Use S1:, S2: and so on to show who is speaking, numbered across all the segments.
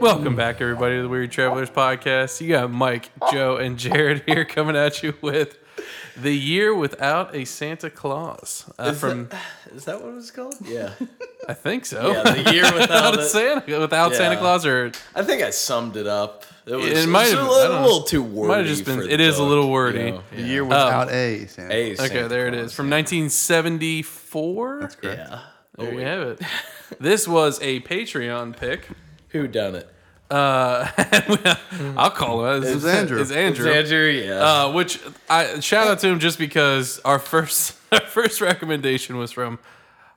S1: Welcome back, everybody, to the Weird Travelers podcast. You got Mike, Joe, and Jared here coming at you with the year without a Santa Claus. Uh,
S2: Is
S1: from
S2: that, is that what it was called? Yeah,
S1: I think so.
S2: Yeah, the year without
S1: a
S2: it.
S1: Santa without Santa
S2: Yeah.
S1: Claus, or
S2: I think I summed it up. It was,
S1: It
S2: it was
S1: might
S2: a,
S1: have-
S2: little,
S1: I don't know.
S2: too
S1: Might have
S2: wordy.
S1: just been-
S2: for the
S1: it is a
S2: joke,
S1: little
S2: you
S1: wordy.
S2: know?
S3: The
S2: Yeah.
S3: year without a Santa.
S2: Hey,
S1: okay,
S2: Santa
S1: there it
S2: Claus.
S1: is from 1974.
S3: That's correct.
S2: Yeah.
S1: There you have it. This was a Patreon pick.
S2: Who done it?
S1: Uh, I'll call it. It's,
S3: Andrew.
S1: It's Andrew.
S2: Andrew. Yeah.
S1: Uh, which I shout out to him just because our first our first recommendation was from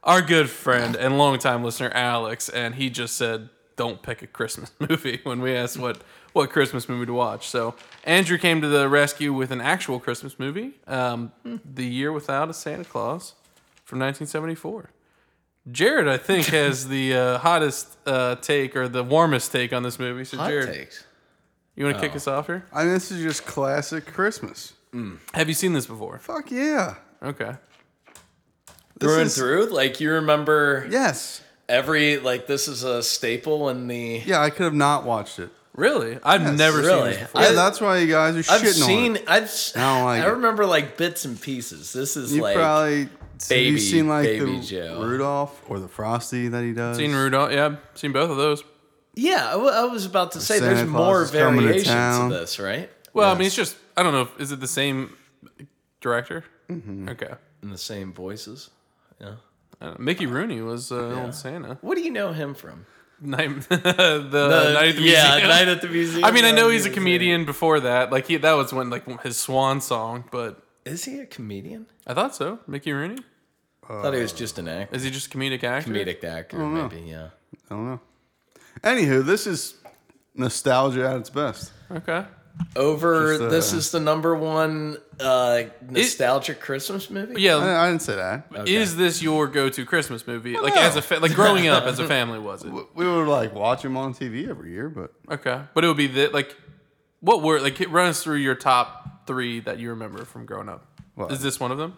S1: our good friend and longtime listener Alex, and he just said, "Don't pick a Christmas movie." When we asked what what Christmas movie to watch, so Andrew came to the rescue with an actual Christmas movie, um, "The Year Without a Santa Claus" from 1974. Jared, I think, has the uh, hottest uh, take or the warmest take on this movie. So,
S2: Hot
S1: Jared,
S2: takes.
S1: you want to kick us off here?
S3: I mean, this is just classic Christmas.
S1: Have you seen this before?
S3: Fuck yeah.
S1: Okay.
S3: This
S2: Through and
S3: is-
S2: through, like you remember
S3: Yes.
S2: every like this is a staple in the.
S3: Yeah, I could have not watched it.
S1: Really? I've never seen
S2: Really?
S1: this before.
S3: Yeah,
S2: I-
S3: that's why you guys are
S2: I've
S3: shitting on
S2: seen.
S3: it.
S2: I've. s-
S3: I don't like
S2: I
S3: it.
S2: remember like bits and pieces. This is
S3: You
S2: like.
S3: probably have you
S2: Baby-
S3: seen like
S2: Baby
S3: the
S2: Joe.
S3: Rudolph or the Frosty that he does.
S1: Seen Rudolph. Yeah, I've seen both of those.
S2: yeah, I wa- I was about to say.
S3: Santa
S2: there's
S3: Claus
S2: more
S3: is coming to
S2: variations to
S3: town.
S2: this, right?
S1: Well, I mean, it's just I don't know. if- Is it the same director? Okay.
S2: In the same voices. Yeah.
S1: I don't know. Mickey Rooney was uh, old Santa.
S2: What do you know him from?
S1: Night, the, Uh,
S3: Uh,
S1: Night at the
S2: yeah,
S1: Museum.
S2: Night at the Museum.
S1: I mean, I know
S2: Yeah,
S1: he's a
S2: yeah.
S1: comedian before that. Like he, that was when like his swan song. But
S2: Is he a comedian?
S1: I thought so. Mickey Rooney
S3: Uh,
S2: I thought he was just an actor.
S1: is he just a comedic actor?
S2: Comedic actor, maybe, yeah.
S3: I don't know. Anywho, this is nostalgia at its best.
S1: Okay.
S2: Over,
S3: Just, uh,
S2: this is the number one uh, nostalgic Christmas movie?
S1: Yeah.
S3: I, I didn't say that.
S2: uh,
S1: Is this your go-to Christmas movie? like
S3: no.
S1: as a fa- like growing up as a family, was it?
S3: We- We would like watch him on TV every year, but
S1: Okay, but it would be that like, what were like? It runs through your top three that you remember from growing up.
S3: Well-
S1: Is this one of them?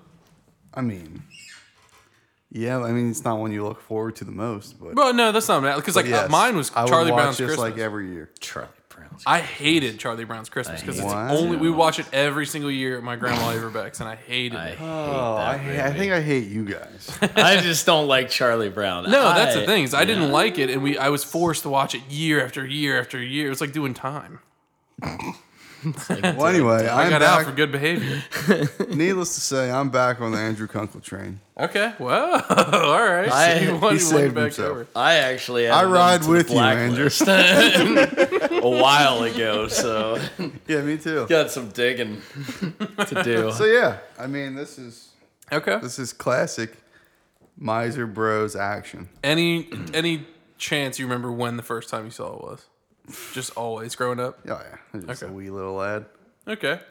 S3: I mean, yeah, I mean it's not one you look forward to the most, but
S1: Well, no, that's not bad because like uh,
S3: yes,
S1: mine was
S3: I would
S1: Charlie
S3: watch
S1: Brown's
S3: this
S1: Christmas.
S3: like every year.
S2: Charlie Brown's.
S1: I hated Charlie Brown's Christmas because it's the
S3: Wow.
S1: only we watch it every single year at my grandma Everbeck's, and I hated
S2: I
S1: it.
S2: hate
S3: Oh, I,
S2: that
S3: ha- I
S2: movie.
S3: think I hate you guys.
S2: I just don't like Charlie Brown.
S1: No, that's
S2: I-
S1: the thing. Is I didn't like it, and we I was forced to watch it year after year after year. It's like doing time.
S3: well, anyway,
S1: I
S3: I'm
S1: got out
S3: back.
S1: for good behavior.
S3: Needless to say, I'm back on the Andrew Kunkel train.
S1: Okay, well, all right. So you
S2: I- He
S1: wanted one
S3: saved
S1: back
S3: himself.
S1: over.
S2: I actually
S3: I
S2: added
S3: ride
S2: him to the
S3: with you, Andrew.
S2: blacklist a while ago, so
S3: Yeah, me too.
S2: got some digging to do.
S3: So yeah, I mean this is
S1: Okay.
S3: this is classic miser bros action. Oh,
S1: Any any chance you remember when the first time you saw it was? Just always growing up.
S3: Oh yeah, I'm just
S1: Okay.
S3: a wee little lad.
S1: Okay.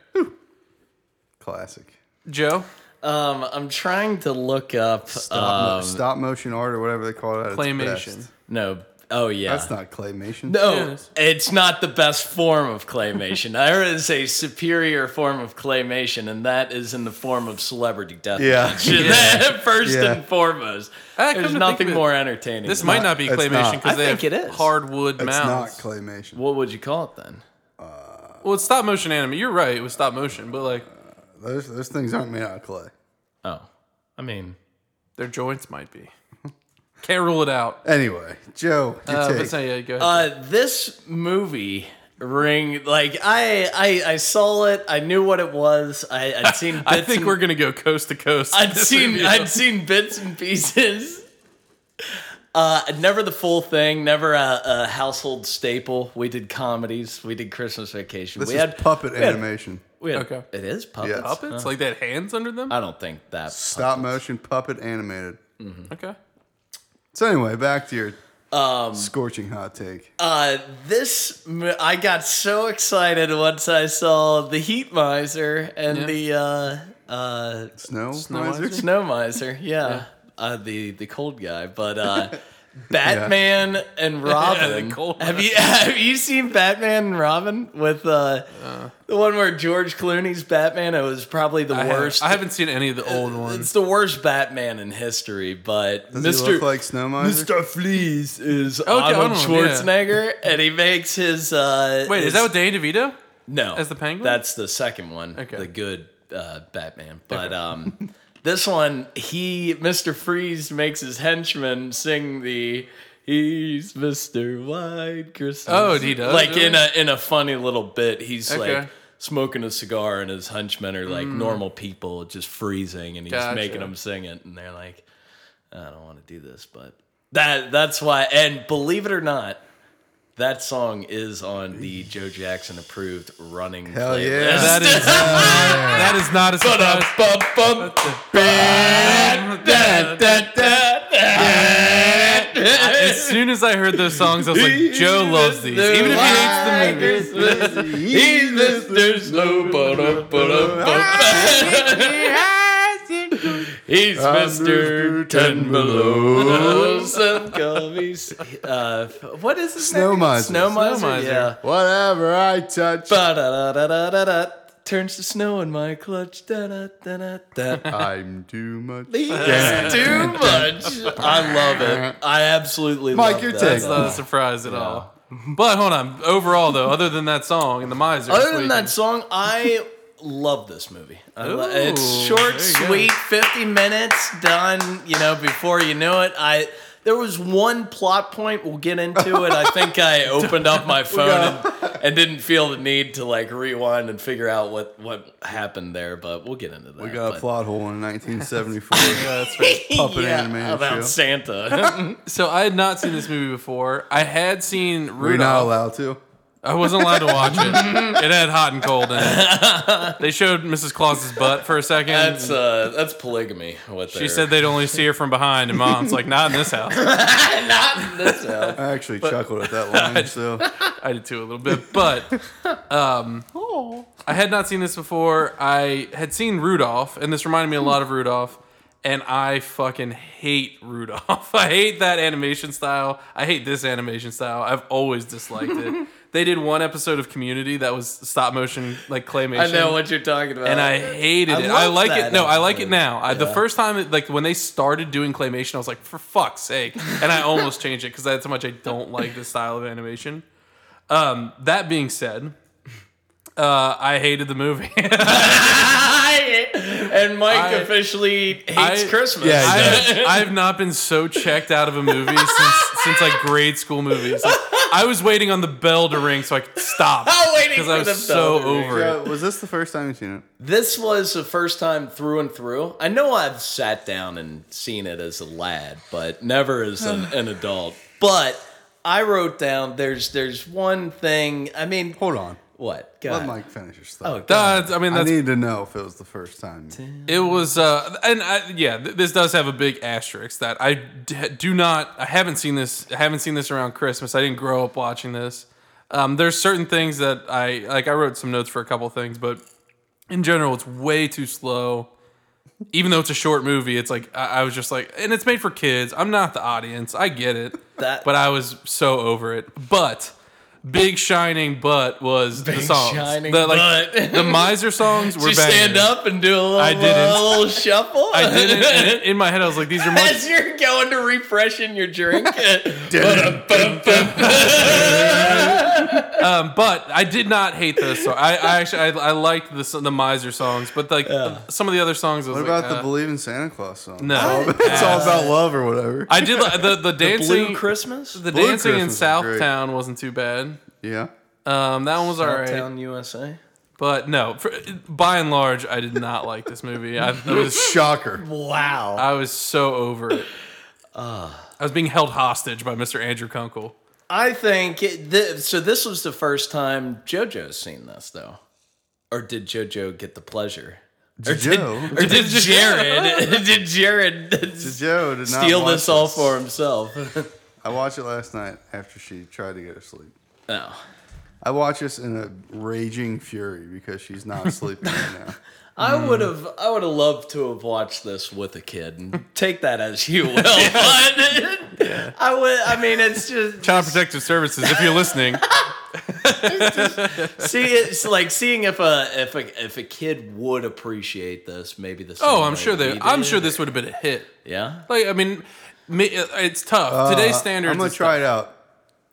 S3: Classic.
S1: Joe,
S2: Um, I'm trying to look up.
S3: Stop, mo-
S2: um,
S3: stop motion art or whatever they call it. at its
S1: claymation.
S3: best.
S2: no. Oh yeah.
S3: That's not claymation.
S1: Yeah, it
S2: No,
S1: is.
S2: it's not the best form of claymation. There is a superior form of claymation, and that is in the form of celebrity death.
S3: Yeah.
S2: match. That- First
S3: Yeah.
S2: and foremost,
S1: Ah, come to
S2: there's
S1: think
S2: nothing
S1: of it,
S2: more entertaining.
S1: This
S2: than
S1: might
S2: that.
S1: not be
S3: it's
S1: claymation
S3: not.
S1: because
S2: I
S1: they
S2: think
S1: have
S2: it is.
S1: hardwood
S3: it's not
S1: mounts.
S3: claymation.
S2: What would you call it then?
S1: well, it's stop motion anime. You're right. It was stop motion, but like
S3: Those those things aren't made out of clay.
S2: Oh, I mean,
S1: their joints might be. Can't rule it out.
S3: Anyway, Joe, your
S1: Uh,
S3: take.
S1: but say, yeah, go ahead.
S2: Uh, this movie ring like I, I I saw it. I knew what it was. I, I'd seen. Bits
S1: I think
S2: and,
S1: we're gonna go coast to coast.
S2: I'd
S1: This
S2: seen.
S1: review.
S2: I'd seen bits and pieces. Uh, never the full thing. Never a, a household staple. We did comedies. We did Christmas Vacation.
S3: this
S2: we
S3: is
S2: had
S3: puppet
S2: had-
S3: animation.
S2: We had,
S1: Okay.
S2: It is puppets.
S3: Yes.
S1: puppets like they had hands under them.
S2: I don't think that.
S3: Stop motion puppet animated.
S1: okay.
S3: So anyway, back to your Um, scorching hot take.
S2: Uh, this mo- I got so excited once I saw the Heat Miser and the uh, uh,
S3: Snow,
S1: Snow
S3: miser?
S1: miser?
S2: Snow Miser, yeah, Uh, the the cold guy. But uh, Batman and Robin.
S1: the cold
S2: have you have you seen Batman and Robin with uh, the one where George Clooney's Batman? It was probably the
S1: I,
S2: worst. Uh,
S1: haven't, I haven't seen any of the old
S2: it's
S1: ones.
S2: the worst Batman in history, but
S3: Does
S2: Mr.
S3: he look like Snowmiser?
S2: Mr. Fleas is
S1: yeah,
S2: Arnold
S1: Arnold, yeah.
S2: Schwarzenegger, and he makes his. Uh,
S1: Wait, is
S2: his-
S1: that with Danny DeVito?
S2: no
S1: as the Penguin?
S2: That's the second one,
S1: Okay.
S2: the good uh, Batman. But um, this one, he Mr. Freeze makes his henchmen sing the "He's Mr. White Christmas."
S1: Oh, he does,
S2: Like in
S1: really?
S2: a in a funny little bit, he's
S1: Okay. Mm.
S2: like. Smoking a cigar and his henchmen are like normal people, just freezing, and he's
S1: Gotcha.
S2: making them sing it. And they're like, I don't want to do this, but that that's why. And believe it or not, that song is on the Joe Jackson approved running.
S3: Hell
S2: playlist.
S3: yeah.
S1: That is uh, that is not a surprise.
S2: Bum, bum, bum, da, da, da, da.
S1: As soon as I heard those songs, I was like, Joe loves these,
S2: Mr.
S1: even if he hates
S2: White
S1: the movies.
S2: Christmas, He's Mr. Snow. ba-da, ba-da, ba-da. He's Mr. Ten Below. Some call me s- uh, what is his name?
S3: Snowmiser.
S2: Snowmiser.
S1: Snowmiser.
S2: Yeah.
S3: Whatever I touch,
S2: Ba-da-da-da-da-da-da. Turns to snow in my clutch. Da-da-da-da-da.
S3: I'm too much.
S2: It's too much. I love
S1: Uh-huh.
S2: it. I absolutely
S3: Mike,
S2: love
S3: your
S2: that.
S3: take.
S1: It's not a surprise at all. But hold on. Overall, though, other than that song and the miser, that's
S2: Other
S1: what
S2: than
S1: you
S2: that song, I love this movie. I lo-
S1: Ooh,
S2: it's short,
S1: there you go.
S2: sweet, 50 minutes, done, you know, before you knew it. I there was one plot point we'll get into it. I think I opened up my phone and, and didn't feel the need to like rewind and figure out what what happened there, but we'll get into that.
S3: We got a
S2: but-
S3: plot hole in 1974.
S1: Yeah, that's right.
S3: puppet
S2: yeah,
S3: animated
S2: about
S3: show.
S2: Santa.
S1: So I had not seen this movie before. I had seen Rudolph.
S3: We're not allowed to.
S1: I wasn't allowed to watch it. It had hot and cold in it. They showed Mrs. Claus's butt for a second.
S2: that's uh that's polygamy what
S1: she said they'd only see her from behind, and mom's like, not in this house.
S2: not in this house.
S3: I actually chuckled at that line. So
S1: I did too a little bit, but um, I had not seen this before. I had seen Rudolph, and this reminded me a lot of Rudolph. And I fucking hate Rudolph. I hate that animation style. I hate this animation style. I've always disliked it. they did one episode of Community that was stop motion, like claymation.
S2: I know what you're talking about.
S1: and I hated
S2: Uh, I
S1: it.
S2: love
S1: I like
S2: that
S1: it. No, I like it
S2: episode.
S1: now. I, the first time, it, like when they started doing claymation, I was like, for fuck's sake! And I almost changed it because that's how much I don't like this style of animation. Um, that being said, uh, I hated the movie.
S2: and Mike
S1: I-
S2: officially hates
S1: I-
S2: Christmas.
S3: Yeah, he does.
S1: I, I've not been so checked out of a movie since since like grade school movies. Like, I was waiting on the bell to ring so I could stop
S2: I'm waiting
S1: because
S2: for
S1: I
S2: the
S1: was
S2: bell
S1: so
S2: to ring.
S1: over it.
S3: So, was this the first time you've seen it?
S2: this was the first time through and through. I know I've sat down and seen it as a lad, but never as an, an adult. But I wrote down there's there's one thing. I mean,
S3: Hold on.
S2: what? Go
S3: Let
S2: ahead.
S3: Mike finish your
S2: Oh,
S3: stuff.
S2: God.
S1: That's- I mean,
S3: I
S1: that's
S3: need to know if it was the first time.
S1: It was, uh, and I, yeah, th- this does have a big asterisk that I d- do not, I haven't seen this, I haven't seen this around Christmas. I didn't grow up watching this. Um, there's certain things that I, like, I wrote some notes for a couple things, but in general, it's way too slow. Even though it's a short movie, it's like, I, I was just like, and it's made for kids. I'm not the audience. I get it.
S2: That-
S1: but I was so over it. But, Big shining butt was the songs.
S2: Shining
S1: the, like,
S2: Butt.
S1: the miser songs were
S2: Did you stand
S1: bangers.
S2: up and do a little,
S1: didn't.
S2: a little shuffle?
S1: I didn't. and in my head, I was like, "These are much."
S2: As you're going to refreshing your drink. uh,
S1: Um, but I did not hate those songs. I, I actually I, I liked the so- the miser songs, but like some of the other songs. I was
S3: What
S1: like,
S3: about the
S1: uh,
S3: Believe in Santa Claus song?
S1: No.
S3: it's all about love or whatever.
S1: I did li- the the dancing.
S2: Blue Christmas?
S1: the
S3: Blue
S1: dancing in
S3: Christmas was great.
S1: Southtown wasn't too bad.
S3: yeah.
S1: Um, that one was alright,
S2: Uptown USA.
S1: but no. For, by and large, I did not like this movie. I, I was
S3: Shocker.
S2: Wow.
S1: I was so over it.
S3: Uh.
S1: I was being held hostage by Mr. Andrew Kunkel.
S2: I think it, th- so. This was the first time JoJo's seen this, though, or did JoJo get the pleasure?
S3: Joe.
S2: Or did Jared? did Jared
S3: Joe did not
S2: steal
S3: watch
S2: this all for himself?
S3: I watched it last night after she tried to go to sleep.
S2: no.
S3: I watch this in a raging fury because she's not sleeping right now.
S2: I would have, I would have loved to have watched this with a kid. And take that as you will. but I would. I mean, it's just
S1: Child Protective Services, if you're listening,
S2: see. It's like seeing if a if a if a kid would appreciate this. Maybe this.
S1: oh, I'm sure they. I'm sure this would have been a hit.
S2: Yeah.
S1: Like, I mean, me, uh, it's tough. Today's standards.
S3: Uh, I'm gonna
S1: is tough.
S3: try it out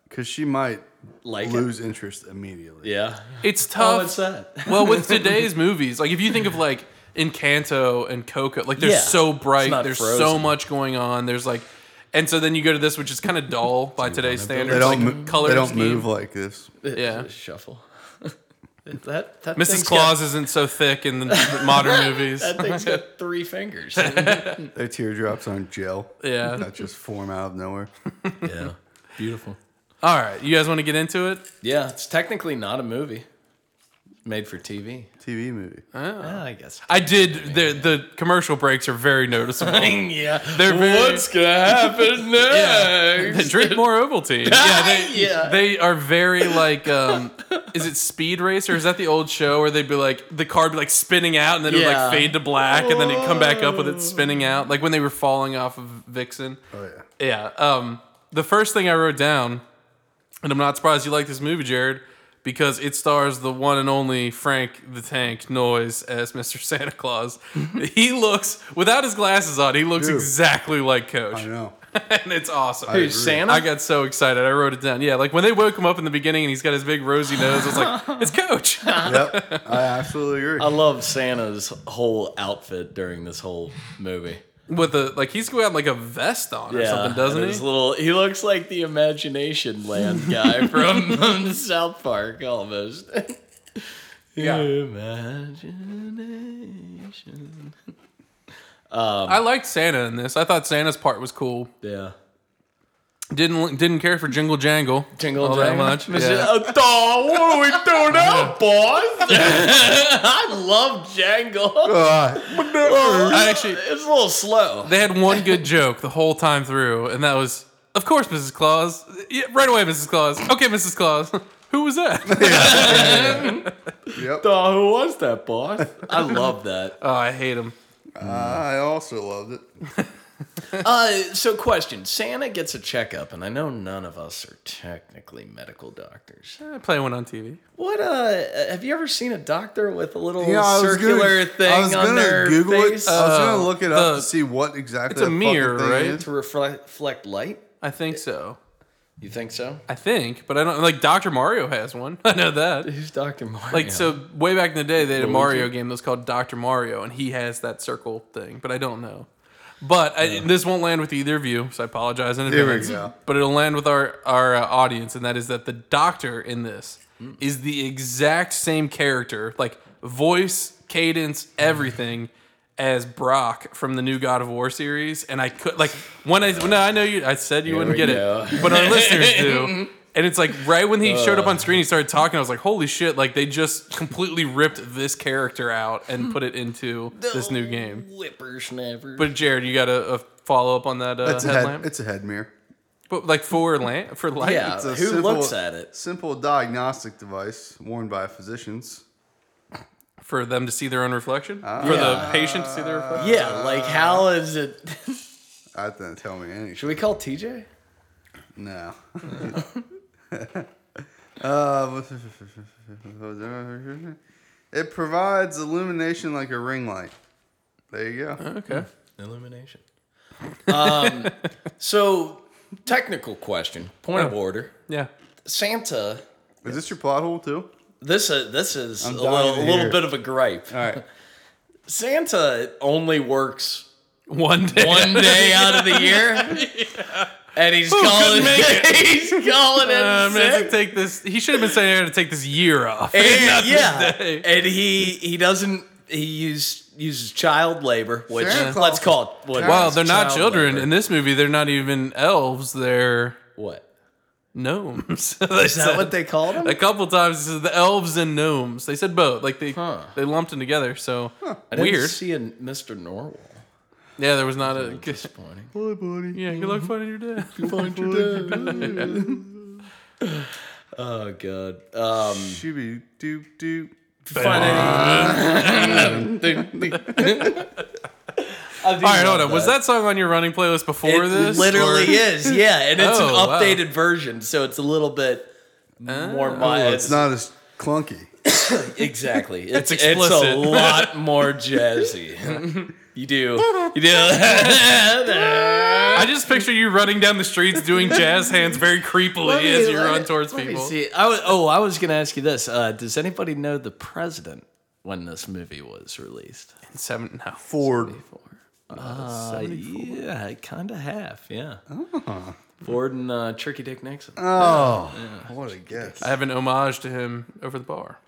S3: because she might
S2: Like it.
S3: lose interest immediately.
S2: Yeah.
S1: It's
S2: Oh,
S1: tough.
S2: what's that?
S1: well, with today's movies, like if you think of like Encanto and Coco, like they're
S2: Yeah.
S1: so bright,
S2: It's not
S1: there's so
S2: frozen.
S1: much going on. There's like, and so then you go to this, which is kind of dull by today's standards.
S3: They don't.
S1: like,
S3: mo-
S1: color
S3: they don't
S1: scheme.
S3: move like this.
S1: Yeah.
S2: Shuffle. that that thing's
S1: Mrs.
S2: got-
S1: Claus isn't so thick in the modern movies.
S2: that thing's got three fingers.
S3: Their teardrops aren't gel.
S1: Yeah.
S3: That just form out of nowhere.
S2: yeah. Beautiful.
S1: All right, you guys want to get into it?
S2: Yeah, it's technically not a movie. Made for TV.
S3: TV movie.
S1: Oh.
S2: Yeah, I guess.
S1: I did. The the commercial breaks are very noticeable.
S2: yeah.
S1: They're very-
S2: What's gonna happen
S1: They
S2: next?
S1: drink more Ovaltine. Yeah, they
S2: Yeah.
S1: they are very like um is it Speed Racer? Is that the old show where they'd be like the car would be like spinning out and then it would
S2: Yeah.
S1: like fade to black and then it'd come back up with it spinning out like when they were falling off of Vixen.
S3: Oh yeah.
S1: Yeah. Um the first thing I wrote down and I'm not surprised you like this movie, Jared, because it stars the one and only Frank the Tank Noise as Mr. Santa Claus. he looks without his glasses on, he looks
S3: Dude.
S1: exactly like Coach.
S3: I know.
S1: and it's awesome.
S2: Who's Santa?
S1: I got so excited. I wrote it down. Yeah, like when they woke him up in the beginning and he's got his big rosy nose, I was like, it's Coach.
S3: yep. I absolutely agree.
S2: I love Santa's whole outfit during this whole movie.
S1: With a, like, he's got like a vest on or something, doesn't
S2: and
S1: he?
S2: his Little, he looks like the Imagination Land guy from South Park almost.
S1: yeah.
S2: Imagination.
S1: I liked Santa in this. I thought Santa's part was cool.
S2: Yeah.
S1: Didn't didn't care for Jingle Jangle.
S2: Jingle
S1: all
S2: jangle.
S1: that much.
S2: Mr.
S1: Yeah.
S2: Oh, dog, what are we doing now, boys? I love Jangle.
S1: I actually
S2: It's a little slow.
S1: they had one good joke the whole time through, and that was, of course, Mrs. Claus. Yeah, right away, Mrs. Claus. Okay, Mrs. Claus. Who was that?
S3: yep.
S2: Dog, who was that, boss? I love that.
S1: oh, I hate him.
S3: I also loved it.
S2: Uh, so, question Santa gets a checkup, and I know none of us are technically medical doctors.
S1: I play one on TV.
S2: What, uh, have you ever seen a doctor with a little
S3: Yeah, I was
S2: circular
S3: gonna,
S2: thing
S3: I was
S2: on
S3: gonna
S2: their
S3: Google
S2: face
S3: it. I
S1: Uh,
S3: was gonna look it up
S1: the-
S3: to see what exactly
S1: a
S3: that fucking
S1: mirror,
S3: thing
S1: right?
S3: is.
S2: to reflect, reflect light?
S1: I think so.
S2: You think so?
S1: I think, but I don't like Dr. Mario has one. I know that.
S2: Who's Dr. Mario?
S1: Like so way back in the day they had a Mario game that was called Dr. Mario and he has that circle thing, but I don't know. But I, this won't land with either of you, so I apologize in
S3: Here we
S1: advance.
S3: go.
S1: But it'll land with our our uh, audience and that is that the doctor in this
S3: Mm.
S1: is the exact same character, like voice, cadence, everything as Brock from the new God of War series and I could like when I no, I know you I said you wouldn't get
S2: we go.
S1: it. But our listeners do. And it's like right when he showed up on screen, he started talking. I was like, "Holy shit!" Like they just completely ripped this character out and put it into this new game.
S2: Whippersnapper.
S1: But Jared, you got a, a follow up on that uh,
S3: It's a head.
S1: headlamp?
S3: It's a head mirror.
S1: but like for lamp for light.
S2: yeah,
S3: It's a
S2: who
S3: simple-
S2: looks at it?
S3: Simple diagnostic device worn by physicians.
S1: for them to see their own reflection, for the
S2: Ah. Yeah.
S1: patient to see their reflection.
S2: Yeah, like how is it?
S3: That didn't tell me anything.
S2: Should we call TJ?
S3: No. uh, what- it provides illumination like a ring light. There you go.
S1: Okay,
S2: Illumination. Um, so, technical question, point of order.
S1: yeah.
S2: Santa,
S3: Is this your plot hole too?
S2: this uh, this is a
S3: dying
S2: little,
S3: to
S2: a little
S3: hear.
S2: bit of a gripe.
S3: All right.
S2: Santa only works
S1: One day,
S2: one day out of the year, and he's calling
S1: couldn't make
S2: he's calling it
S1: Uh, I'm gonna have
S2: sick.
S1: to take this. He should have been saying I had to take this year off.
S2: And-
S1: Not this
S2: yeah,
S1: day.
S2: and he he doesn't he use, uses child labor, which
S3: Santa Claus
S2: let's call it. What,
S1: Wow,
S3: Well,
S1: they're not
S2: child
S1: children
S2: labor.
S1: in this movie. They're not even elves. They're
S2: What
S1: gnomes.
S2: is that? What they called him?
S1: a couple times it says the elves and gnomes. They said both. Like they
S2: Huh.
S1: they lumped them together. So
S2: I didn't
S1: weird.
S2: see a Mr. Norwal.
S1: yeah, there was not a.
S2: Disappointing.
S3: Boy, buddy.
S1: yeah, good luck finding your dad.
S2: Oh god. Um,
S3: Shooby doop doop.
S2: finding- I do
S1: All right,
S2: love
S1: hold on. Was that song on your running playlist before
S2: it
S1: this?
S2: literally is, yeah, and it's an
S1: Oh, wow.
S2: updated version, so it's a little bit more mild.
S3: It's not as clunky.
S2: exactly. It's, it's,
S1: explicit.
S2: a lot more jazzy. you do, you do.
S1: I just picture you running down the streets doing jazz hands very creepily
S2: Let me-
S1: as you
S2: let
S1: run
S2: me-
S1: towards
S2: let me
S1: people.
S2: see. I was, oh, I was going to ask you this. Uh, does anybody know the president when this movie was released?
S1: Seven, no.
S3: Ford.
S2: Uh, yeah, kind of half. Yeah. Ford and uh, Tricky Dick Nixon.
S3: Oh, what a guess.
S1: I have an homage to him over the bar.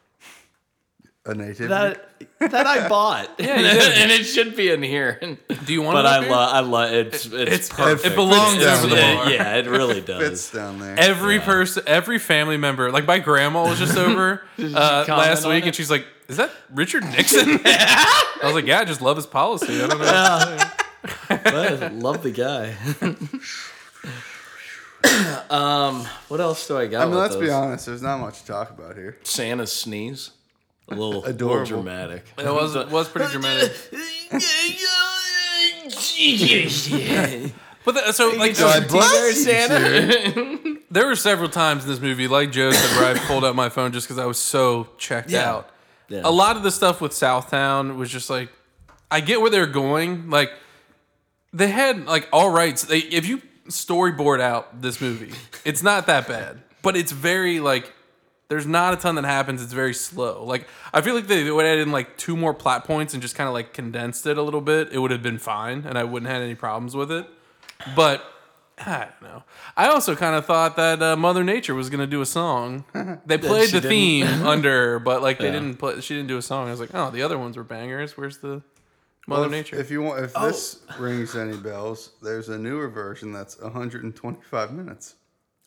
S3: A native.
S2: that that I bought.
S1: you did.
S2: and it should be in here.
S1: Do you want
S2: But
S1: to?
S2: I love, I love it's it's,
S1: It's
S2: perfect.
S1: It belongs
S3: Fits
S1: over the
S2: Yeah,
S1: bar.
S2: yeah, it really
S3: fits
S2: does.
S3: down there.
S1: Every person, every family member, like my grandma was just over uh,
S2: comment
S1: last
S2: on
S1: week,
S2: it?
S1: and she's like, "Is that Richard Nixon?" I was like, "Yeah, I just love his policy. I don't know."
S2: I love the guy. um, what else do I got?
S3: I mean,
S2: with
S3: let's be
S2: those?
S3: honest. There's not much to talk about here.
S2: Santa's sneeze. A little, a little
S3: Adorable.
S2: dramatic.
S1: It was was pretty dramatic. But the, so like
S3: God bless you,
S2: Santa.
S1: there were several times in this movie, like Joe said, where I pulled out my phone just because I was so checked
S2: Yeah.
S1: out. A lot of the stuff with Southtown was just like, I get where they're going. Like they had like all rights. They if you storyboard out this movie, it's not that bad, but it's very like. There's not a ton that happens. It's very slow. Like I feel like they would add in like two more plot points and just kind of like condensed it a little bit. It would have been fine, and I wouldn't have had any problems with it. But I don't know. I also kind of thought that uh, Mother Nature was gonna do a song. They played
S2: she
S1: the
S2: didn't.
S1: theme under, but like they didn't play. She didn't do a song. I was like, oh, the other ones were bangers. Where's the Mother
S3: Well, if-
S1: Nature?
S3: If you want, if this rings any bells, there's a newer version that's 125 minutes.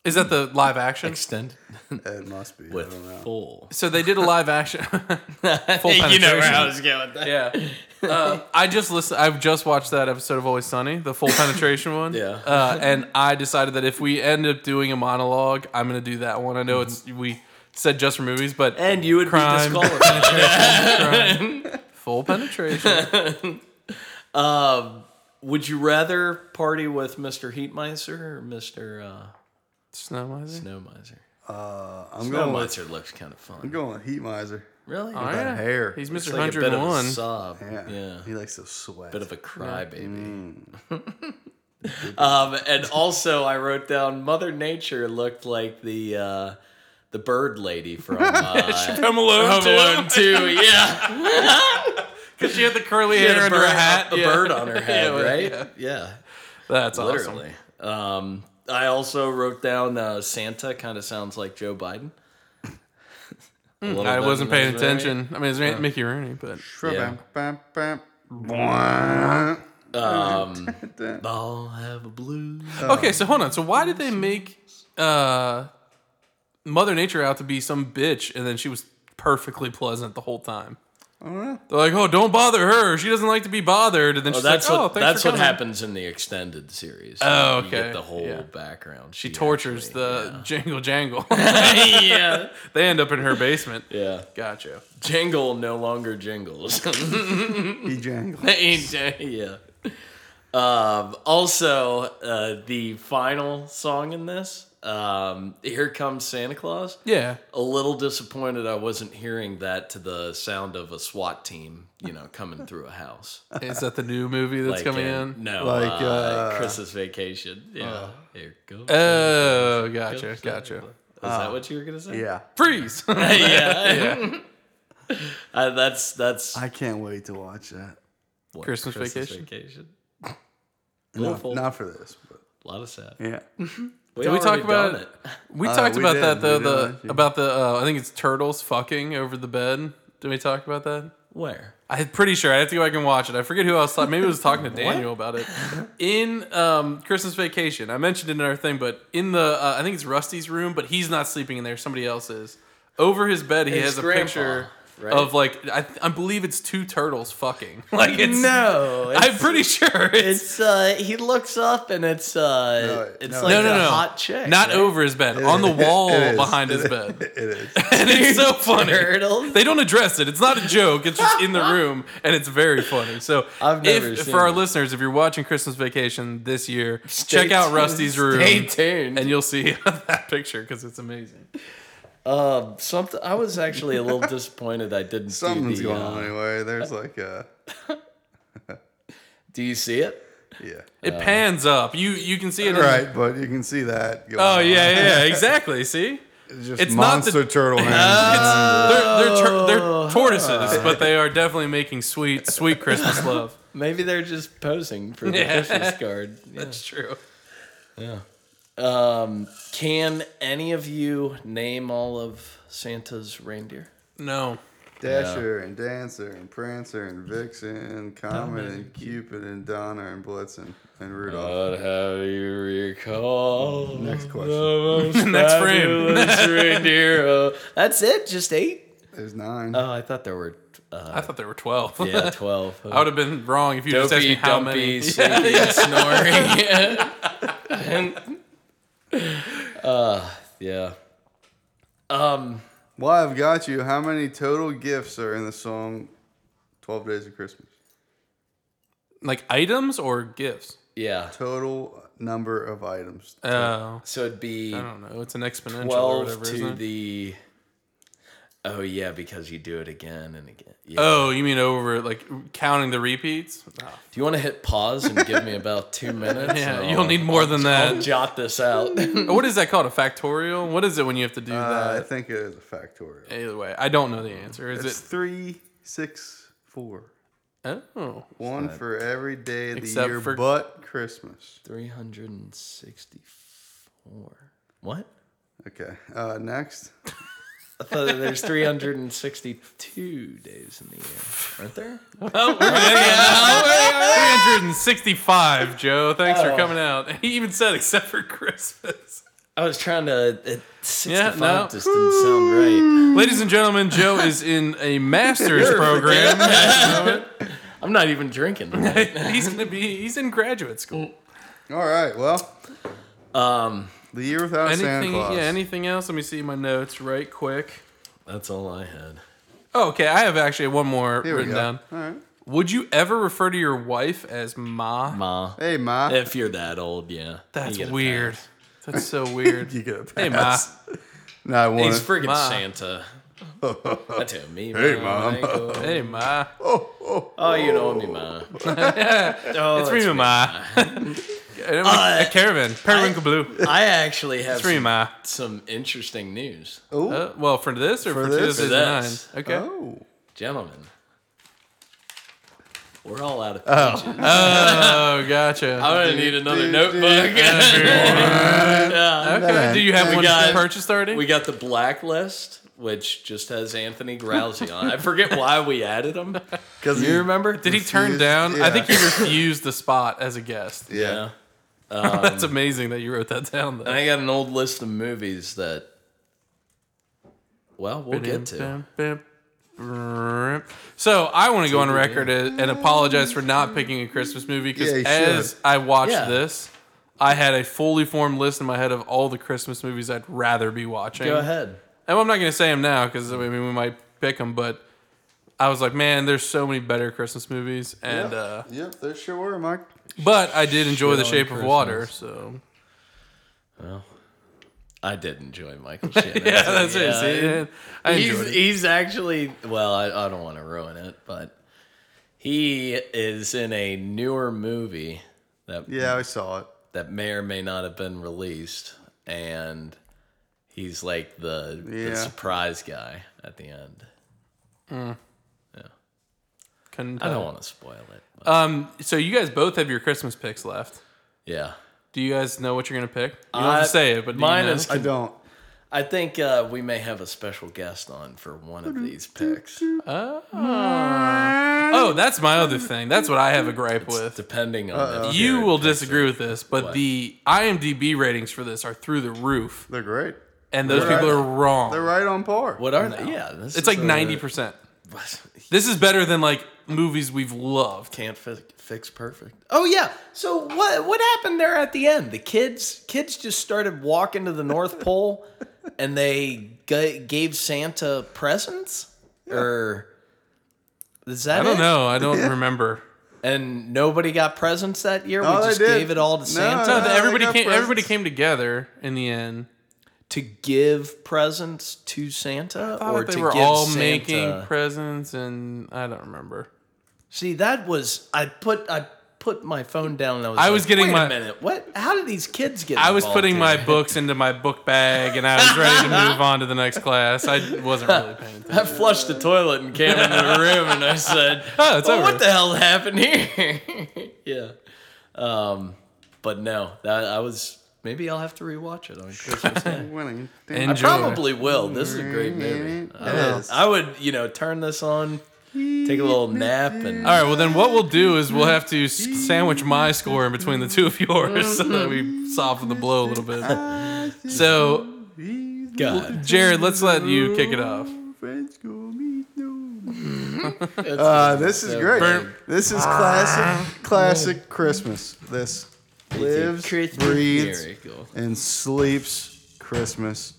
S1: Is that the live action?
S2: Extend
S3: It must be. I
S2: Hmm. with
S3: don't know.
S2: full.
S1: So they did a live action. Full
S2: you know where I
S1: penetration.
S2: was going with that.
S1: Yeah. Uh, I just listened. I've just watched that episode of Always Sunny, the full penetration one.
S2: Yeah.
S1: Uh, and I decided that if we end up doing a monologue, I'm gonna do that one. I know it's we said just for movies, but
S2: Mm-hmm. And you would
S1: crime,
S2: be disqualified.
S1: crime, full penetration.
S2: Um, would you rather party with Mr. Heatmeister or Mr. Uh,
S1: Snow miser.
S2: Snowmiser?
S3: Uh, I'm going. With,
S2: Snowmiser looks kind of fun.
S3: I'm going with Heat Miser.
S2: Really?
S1: Oh,
S3: that hair.
S1: He's
S2: It's
S1: Mr.
S2: like a bit of a
S1: 101.
S2: sob.
S3: Yeah.
S2: yeah.
S3: He likes to sweat. Hmm.
S2: bit of a
S1: Mm.
S2: crybaby. um, and also, I wrote down Mother Nature looked like the uh, the bird lady from uh,
S1: Home Alone,
S2: Home Alone Two. Yeah,
S1: Because she had the curly hair
S2: a
S1: under
S2: bird,
S1: her hat.
S2: a
S1: Yeah.
S2: bird on her head,
S1: Yeah, well,
S2: right?
S1: yeah.
S2: Yeah,
S1: That's awesome.
S2: literally. Um, I also wrote down uh, Santa. Kind of sounds like Joe Biden. A little
S1: Hmm. I
S2: bit
S1: wasn't
S2: in
S1: paying
S2: those, right?
S1: attention. I mean, it's Mickey Rooney, but
S2: yeah.
S3: Um,
S2: I'll have a blue.
S3: Oh.
S1: okay. So hold on. So why did they make uh, Mother Nature out to be some bitch, and then she was perfectly pleasant the whole time?
S3: Mm-hmm.
S1: They're like, oh, don't bother her. She doesn't like to be bothered. And then
S2: Well,
S1: she's
S2: that's
S1: like, oh,
S2: what
S1: thanks
S2: that's
S1: for
S2: what
S1: coming."
S2: happens in the extended series.
S1: Oh,
S2: You get
S1: okay.
S2: the whole
S1: Yeah.
S2: background.
S1: She tortures the jangle jangle.
S2: actually- yeah.
S1: they end up in her basement.
S2: Yeah.
S1: Gotcha.
S2: Jingle no longer jingles.
S3: he jangles.
S2: yeah. Um, also, uh, the final song in this, um, Here Comes Santa Claus.
S1: Yeah.
S2: A little disappointed I wasn't hearing that to the sound of a SWAT team, you know, coming through a house.
S1: Is that the new movie that's
S2: Like
S1: coming
S2: in-
S1: in? uh,
S2: No,
S3: Like,
S2: like uh,
S3: uh,
S2: Christmas Vacation. Yeah, here goes.
S1: Oh, gotcha, gotcha. Uh,
S2: Is that what you were gonna say?
S3: Yeah.
S1: Freeze.
S2: yeah, Uh, that's that's
S3: I can't wait to watch that.
S2: what,
S1: Christmas Vacation?
S2: Vacation.
S3: Not,
S2: Beautiful.
S3: not for this, but
S2: A lot of sad.
S3: yeah.
S1: Did we talk
S2: already done
S1: about- We talked
S3: Uh, we
S1: about
S3: did,
S1: that though.
S3: we did
S1: The
S3: last year.
S1: about the uh, I think it's turtles fucking over the bed. Did we talk about that?
S2: Where?
S1: I'm pretty sure. I have to go back and watch it. I forget who else. Thought. Maybe I was talking to Daniel about it in um, Christmas Vacation. I mentioned it in our thing, but in the uh, I think it's Rusty's room, but he's not sleeping in there. Somebody else is. Over his bed, he
S2: His
S1: has a
S2: grandpa.
S1: picture
S2: Right.
S1: of like I, I believe it's two turtles fucking. Like it's
S2: no, it's,
S1: I'm pretty sure it's,
S2: it's uh, he looks up and it's uh,
S3: No,
S2: it's
S3: no.
S2: like
S1: no no
S2: a
S1: no
S2: hot chick,
S1: not
S2: right?
S1: over his bed on the wall
S3: It is.
S1: behind
S3: It
S1: his
S3: is.
S1: bed.
S3: It is.
S1: And it's so funny.
S2: Turtles.
S1: They don't address it. It's not a joke. It's just in the room, and it's very funny. So,
S2: I've never
S1: if,
S2: seen
S1: for our
S2: it.
S1: listeners, if you're watching Christmas Vacation this year,
S2: Stay
S1: check out
S2: tuned.
S1: Rusty's room,
S2: Stay tuned.
S1: and you'll see that picture because it's amazing.
S2: Um, something I was actually a little disappointed I didn't
S3: Something's
S2: see the.
S3: going
S2: uh,
S3: on anyway. There's like a
S2: Do you see it?
S3: yeah.
S1: It
S2: Uh,
S1: pans up. You you can see it. in-
S3: Right, but you can see that. going
S1: Oh
S3: on.
S1: yeah, yeah, yeah, exactly. See,
S3: It's just
S1: It's not
S3: monster
S1: the- Uh,
S3: turtle hands.
S1: they're they're, tur-
S2: Oh.
S1: they're tortoises, but they are definitely making sweet sweet Christmas love.
S2: Maybe they're just posing for the
S1: Yeah.
S2: Christmas card. Yeah.
S1: That's true.
S2: Um, can any of you name all of Santa's reindeer?
S1: No.
S3: Dasher and Dancer and Prancer and Vixen, Comet and Cupid and Donner and Blitzen and
S2: Uh,
S3: Rudolph.
S2: how do you recall?
S3: Next question.
S1: Next frame.
S2: reindeer. Oh, That's it? Just eight?
S3: There's nine.
S2: Oh, I thought there were uh,
S1: I thought there were twelve.
S2: yeah, twelve.
S1: I would have been wrong if you just asked me
S2: Dopey,
S1: how
S2: dumpy,
S1: many.
S2: sleepy, and snoring. Yeah. uh, yeah. Um,
S3: Well, I've got you. How many total gifts are in the song 12 Days of Christmas?
S1: Like items or gifts?
S2: yeah.
S3: Total number of items.
S1: Oh,
S2: So it'd be
S1: I don't know. It's an exponential or
S2: 12
S1: whatever,
S2: to
S1: isn't it?
S2: the. Oh, yeah, because you do it again and again. Yeah.
S1: oh, you mean over like counting the repeats?
S2: Do you want to hit pause and give me about two minutes?
S1: Yeah,
S2: And
S1: you'll
S2: I'll-
S1: need more than
S2: I'll
S1: that.
S2: jot this out.
S1: Oh, what is that called? A factorial? What is it when you have to do
S3: Uh, I
S1: that?
S3: think it is a factorial.
S1: Either way, I don't know the answer. Is
S3: It's
S1: it?
S3: three, six, four.
S1: Oh,
S3: One for every day of the
S1: Except
S3: year
S1: for-
S3: but Christmas.
S2: 364. What?
S3: Okay. Uh, next.
S2: I thought that there's 362 days in the year, aren't there?
S1: three hundred and sixty-five. Joe, thanks
S3: Oh.
S1: for coming out. He even said except for Christmas.
S2: I was trying to. It, 65
S1: no.
S2: just didn't sound right.
S1: Ladies and gentlemen, Joe is in a master's program.
S2: I'm not even drinking.
S1: he's gonna be. He's in graduate school.
S3: All right. Well,
S2: um,
S3: the year without a Santa
S1: Anything?
S3: Claus.
S1: Yeah. Anything else? Let me see my notes right quick.
S2: that's all I had.
S1: Oh, okay, I have actually one more
S3: Here we
S1: written
S3: go.
S1: down.
S3: All right.
S1: Would you ever refer to your wife as Ma?
S2: Ma.
S3: Hey, Ma.
S2: If you're that old, yeah.
S1: That's
S2: You get a
S1: weird. That's so weird.
S3: You get a pass.
S1: hey, Ma.
S3: No, I
S2: pass.
S3: want
S2: He's freaking
S1: Ma.
S2: Santa. That's him, me.
S3: Hey,
S2: Ma,
S3: Ma.
S2: Michael.
S1: Hey, Ma.
S2: Oh, you know me, Ma.
S1: it's me, Ma.
S2: Uh,
S1: A caravan. Periwinkle blue.
S2: I actually have
S1: It's me,
S2: some,
S1: Ma.
S2: some interesting news,
S3: Oh.
S1: Uh, well, for this or for,
S3: For this? For
S1: 2009?
S2: this.
S1: Okay.
S3: oh.
S2: gentlemen. We're all out of.
S1: Oh, gotcha.
S2: I'm gonna need another
S3: Dude,
S2: notebook. Yeah.
S1: Okay. Do you have one
S2: got-
S1: purchased already?
S2: We got the blacklist, which just has Anthony Grousey on. it. I forget why we added him.
S3: Because
S2: You remember?
S1: Did he turn
S3: refused-
S1: down? I
S3: yeah.
S1: think he refused the spot as a guest.
S2: Yeah.
S3: Yeah.
S1: That's amazing that you wrote that down. Though.
S2: And I got an old list of movies that. Well, we'll get to.
S1: So I want to go on record a- and apologize for not picking a Christmas movie because
S3: Yeah, you
S1: as
S3: should.
S1: I watched
S2: Yeah.
S1: this, I had a fully formed list in my head of all the Christmas movies I'd rather be watching.
S2: Go ahead.
S1: And I'm not going to say them now because I mean we might pick them, but I was like, man, there's so many better Christmas movies, and uh,
S3: Yep, there sure were, Mike.
S1: but I did enjoy The
S2: on
S1: Shape of
S2: Christmas.
S1: Water, so
S2: I did enjoy Michael Shannon.
S1: yeah, that's it. see?
S2: yeah.
S1: I enjoyed
S2: he's
S1: it.
S2: he's actually well, I, I don't want to ruin it, but he is in a newer movie that
S3: Yeah, I saw it.
S2: that may or may not have been released, and he's like the,
S3: Yeah.
S2: the surprise guy at the end.
S1: Couldn't
S2: I
S1: tell.
S2: don't want to spoil it. but-
S1: Um, so you guys both have your Christmas picks left.
S2: yeah,
S1: Do you guys know what you're gonna pick? You don't have
S2: I-
S1: to say it, but do you
S2: Uh, mine
S1: know?
S2: is-
S3: I don't.
S2: I think uh, we may have a special guest on for one of these picks,
S1: oh, that's my other thing. That's what I have a gripe with.
S2: depending on if
S1: You
S2: you're-
S1: will disagree with this, but the IMDb ratings for this are through the roof,
S3: They're great.
S1: and those
S3: They're
S1: people
S3: right.
S1: are wrong.
S3: They're right on par.
S2: What are they? Yeah, this
S1: It's
S2: is
S1: like
S2: a-
S1: ninety percent. This is better than like movies we've loved.
S2: Can't fi- fix perfect. Oh yeah. So what what happened there at the end? The kids kids just started walking to the North Pole, and they g- gave Santa presents, or is that?
S1: I don't
S2: it?
S1: know. I don't remember.
S2: And nobody got presents that year.
S3: No,
S2: we
S3: they
S2: just
S3: did.
S2: gave it all to
S3: No,
S2: Santa
S1: No,
S3: Uh, they
S1: everybody
S3: got
S1: came. Everybody
S3: presents.
S1: came together in the end.
S2: to give presents to Santa,
S1: I
S2: or
S1: thought they
S2: to
S1: were
S2: give
S1: all
S2: Santa.
S1: making presents, and I don't remember.
S2: See, that was I put I put my phone down and I was
S1: I was
S2: like,
S1: getting
S2: Wait
S1: my-
S2: a minute. What? How did these kids get?
S1: I was
S2: involved
S1: putting
S2: here?
S1: my books into my book bag, and I was ready to move on to the next class. I wasn't really paying attention.
S2: I flushed the toilet and came into the room and I said,
S1: Oh, it's
S2: "Well,
S1: over."
S2: What the hell happened here? yeah. Um, but no, that I was. Maybe I'll have to rewatch it on Christmas. Day.
S3: Winning.
S1: And-
S2: I
S1: Enjoy.
S2: probably will. This is a great movie. I would-
S3: Mm, Yes.
S2: I would, you know, turn this on, take a little nap, and
S1: All right. Well, then what we'll do is we'll have to s- sandwich my score in between the two of yours so that we soften the blow a little bit. So,
S2: God,
S1: Jared, let's let you kick it off.
S2: It's-
S3: Uh, this is great.
S1: burnt.
S3: This is
S2: Ah.
S3: classic, classic Christmas. This Uh, lives,
S2: Christmas
S3: breathes,
S2: miracle.
S3: and sleeps Christmas.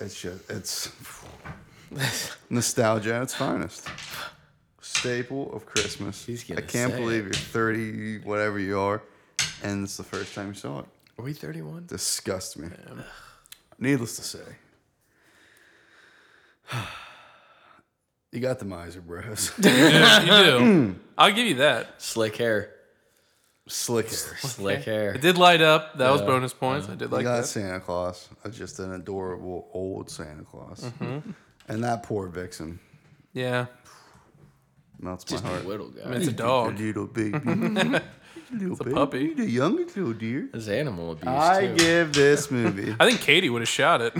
S3: It's just, it's nostalgia at its finest. Staple of Christmas.
S2: He's
S3: I
S2: gonna
S3: can't
S2: say
S3: believe
S2: it.
S3: you're 30, whatever you are, and it's the first time you saw it.
S2: Are we thirty-one?
S3: Disgusts me. Needless to say, you got the miser, bros.
S1: Yeah, you do. I'll give you that.
S2: Slick hair.
S3: Slick hair.
S2: Slick hair.
S1: It did light up. That was bonus points. I did like
S3: you got
S1: that.
S3: Santa Claus. Uh, Just an adorable old Santa Claus.
S1: Mm-hmm.
S3: And that poor vixen
S1: Yeah.
S3: melts my heart.
S2: Whittle guy.
S1: I mean, it's a dog.
S3: You little baby. You little baby.
S1: puppy.
S3: You The youngest little deer.
S2: This is animal abuse
S3: I
S2: too.
S3: give this movie.
S1: I think Katie would have shot it.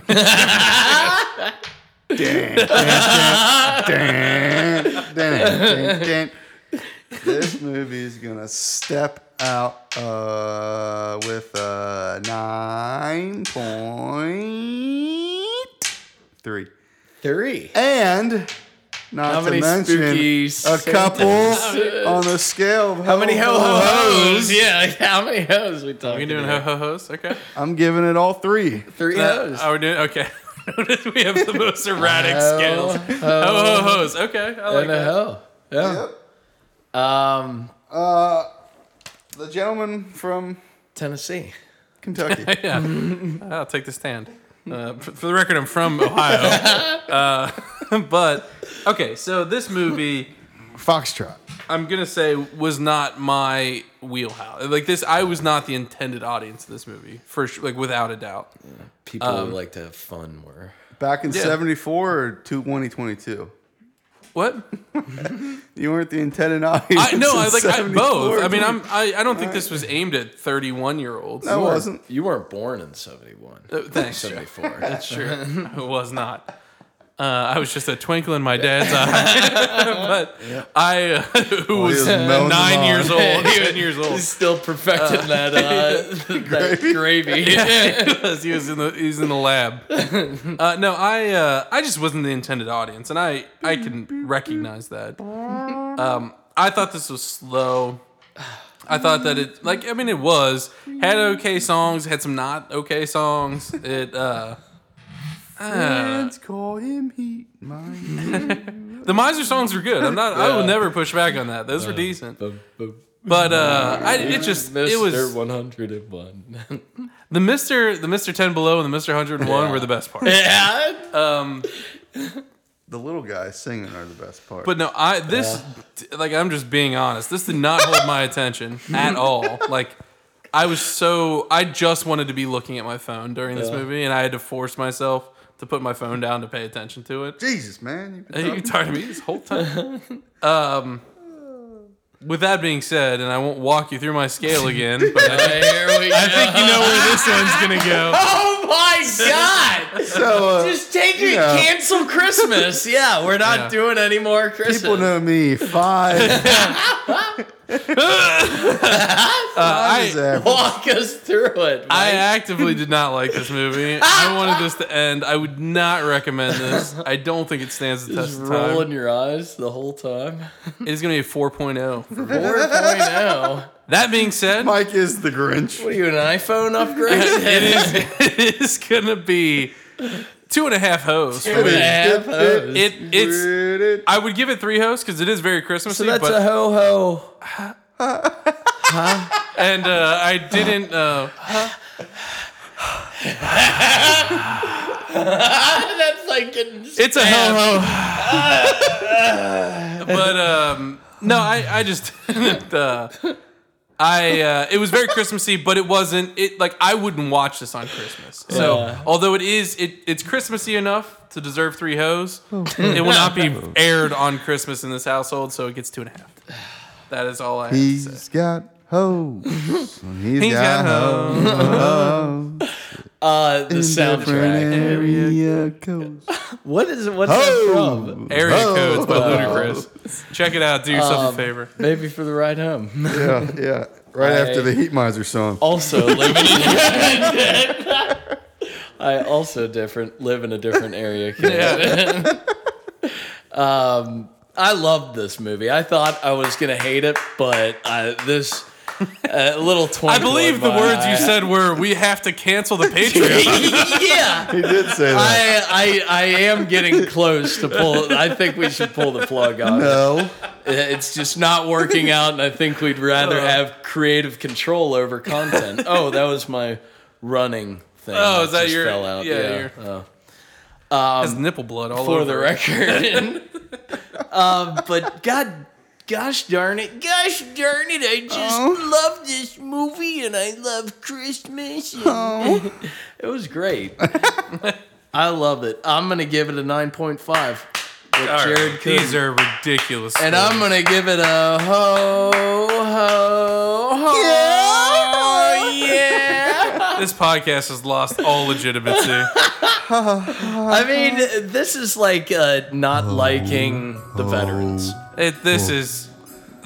S3: Dun, dun, dun. this movie's gonna step out uh, with a nine point three,
S2: Three.
S3: and not
S2: How
S3: to
S2: many
S3: mention
S2: spooky
S3: a couple on the scale of
S2: How many ho ho hoes? Oh, Yeah, like, how many hoes we talking?
S1: Are you doing ho
S2: here?
S1: ho hoes? Okay. Uh,
S3: I'm giving it all three.
S2: three hoes?
S1: Are we doing okay? we have the most erratic scales. Ho ho hoes. oh, Okay. I like
S2: and uh, a
S1: that.
S2: hoe. Yeah. Um,
S3: Uh, the gentleman from
S2: Tennessee.
S3: Kentucky.
S1: I'll take the stand. Uh, for, for the record, I'm from Ohio. uh, but okay, so this movie,
S3: Foxtrot.
S1: I'm gonna say, was not my wheelhouse. Like this, I was not the intended audience of this movie for sure, like without a doubt.
S2: People who like to have fun. Were
S3: Back in
S1: Yeah.
S3: 74 or 2022?
S1: What?
S3: You weren't the intended audience.
S1: I no,
S3: in
S1: I like I,
S3: 74,
S1: both. I mean,
S3: dude.
S1: I'm. I, I don't think this was aimed at 31 year olds.
S3: I wasn't. Oh,
S2: you weren't born in seventy one.
S1: thanks, Joe.
S2: Seventy four.
S1: That's true. it was not. Uh, I was just a twinkle in my dad's eye. but I, uh, who
S3: Oh, he
S1: was
S3: was mowing the
S1: nine
S3: lawn.
S1: years old, ten years old,
S2: He's still perfecting that uh, that gravy.
S1: he was. He was in the. He was in the lab. Uh, no, I. Uh, I just wasn't the intended audience, and I. I can recognize that. Um, I thought this was slow. I thought that it. Like, I mean, it was had okay songs, had some not okay songs. It. Uh, uh,
S3: Let's call him Heat. Mine.
S1: the Miser songs were good. I'm not. I will never push back on that. Those were decent.
S2: Boom, boom.
S1: But uh, I, it just. It
S2: Mr.
S1: was
S2: 101.
S1: the Mister. The Mister Ten Below and the Mister Hundred and One were the best part.
S2: yeah.
S1: Um.
S3: The little guys singing are the best part.
S1: But no, I this t- like I'm just being honest. This did not hold my attention at all. Like I was so I just wanted to be looking at my phone during this movie, and I had to force myself to put my phone down to pay attention to it.
S3: Jesus, man, you've been
S1: Are you
S3: talking-
S1: tired of me this whole time? Um, with that being said, and I won't walk you through my scale again, but I
S2: Here we go.
S1: think you know where this one's gonna go.
S2: Oh my my god!
S3: So uh,
S2: Just take it.
S3: you know.
S2: Cancel Christmas. Yeah, we're not
S1: Yeah.
S2: doing any more Christmas.
S3: people know me. Five.
S1: I-
S3: is average.
S2: Walk us through it.
S1: I
S2: Mike.
S1: actively did not like this movie. I wanted this to end. I would not recommend this. I don't think it stands the
S2: Just
S1: test of
S2: rolling
S1: time.
S2: your eyes the whole time.
S1: It is going to be a 4.0. oh.
S2: 4.0.
S1: That being said,
S3: Mike is the Grinch.
S2: What are you, an iPhone upgrade?
S1: it is it is going to be two and a half hoes. for me.
S2: Half hose.
S1: It it's
S3: It's
S1: I would give it three hoes because it is very Christmassy.
S2: so that's
S1: but
S2: a ho ho.
S1: and uh, I didn't. Uh,
S2: That's like getting
S1: it's a ho ho. but um, no, I I just didn't. Uh, I uh, it was very Christmassy, but it wasn't. It like I wouldn't watch this on Christmas. So
S2: Yeah.
S1: although it is it it's Christmassy enough to deserve three hoes, it will not be aired on Christmas in this household. So it gets two and a half. That is all I have to say.
S3: He's got hoes.
S1: He's got hoes.
S3: hoes.
S2: uh, the soundtrack.
S3: area codes.
S2: What is it? What's that from?
S3: Ho!
S1: Area
S3: Ho!
S1: codes by Ludacris. Check it out. Do yourself a favor.
S2: Maybe for the ride home.
S3: Yeah, yeah. Right after
S2: I-
S3: the Heat Miser song.
S1: Oh.
S2: Also living in I also different live in a different area. um, I loved this movie. I thought I was gonna hate it, but I, this uh, little twinkle.
S1: I believe
S2: in
S1: the
S2: my
S1: words you
S2: eye.
S1: said were, "We have to cancel the Patreon."
S2: yeah.
S3: He did say that.
S2: I, I I am getting close to pull. I think we should pull the plug on it.
S3: no.
S2: It's just not working out, and I think we'd rather have creative control over content. Oh, that was my running thing.
S1: Oh, is that
S2: just
S1: your-
S2: fell out.
S1: yeah,
S2: Yeah.
S1: your-
S2: Oh.
S1: Has nipple blood all
S2: Um, for
S1: over
S2: the
S1: it.
S2: record. um, but God, gosh darn it, gosh darn it, I just love this movie and I love Christmas. and- it was great. I love it. I'm gonna give it a nine point five. With
S1: All right,
S2: Jared Kushner.
S1: These are ridiculous.
S2: and I'm gonna give it a ho ho ho. yeah.
S1: this podcast has lost all legitimacy.
S2: I mean, this is like uh, not liking the veterans.
S1: It, this is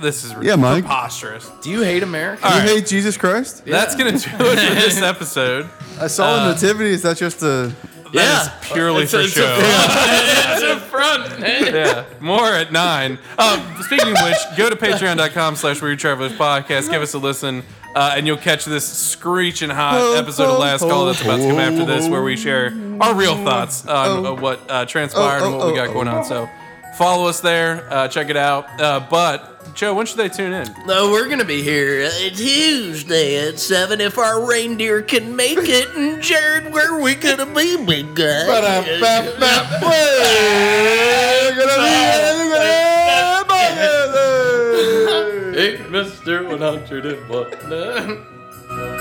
S1: this is
S3: Yeah, Mike.
S1: preposterous.
S2: Do you hate America?
S3: You
S1: All right.
S3: hate Jesus Christ?
S1: That's gonna do it for this episode.
S3: I saw
S1: Uh,
S3: the nativity. Is that just a.
S1: That is
S2: Yeah.
S1: purely
S2: It's a-
S1: for
S2: it's a
S1: show.
S2: It's a front.
S1: yeah. More at nine. Um, speaking of which, go to patreon.com slash Weird Travelers Podcast. Give us a listen, uh, and you'll catch this screeching hot episode of Last Call that's about to come after this, where we share our real thoughts on uh, what uh, transpired and what we got going on. So follow us there. Uh, check it out. Uh, but, Joe, when should they tune in?
S2: No, we're gonna be here uh, Tuesday at seven if our reindeer can make it. And Jared, where we gonna be, big guy?
S3: Ba-da-ba-ba-ba.
S2: Mister One Hundred and One.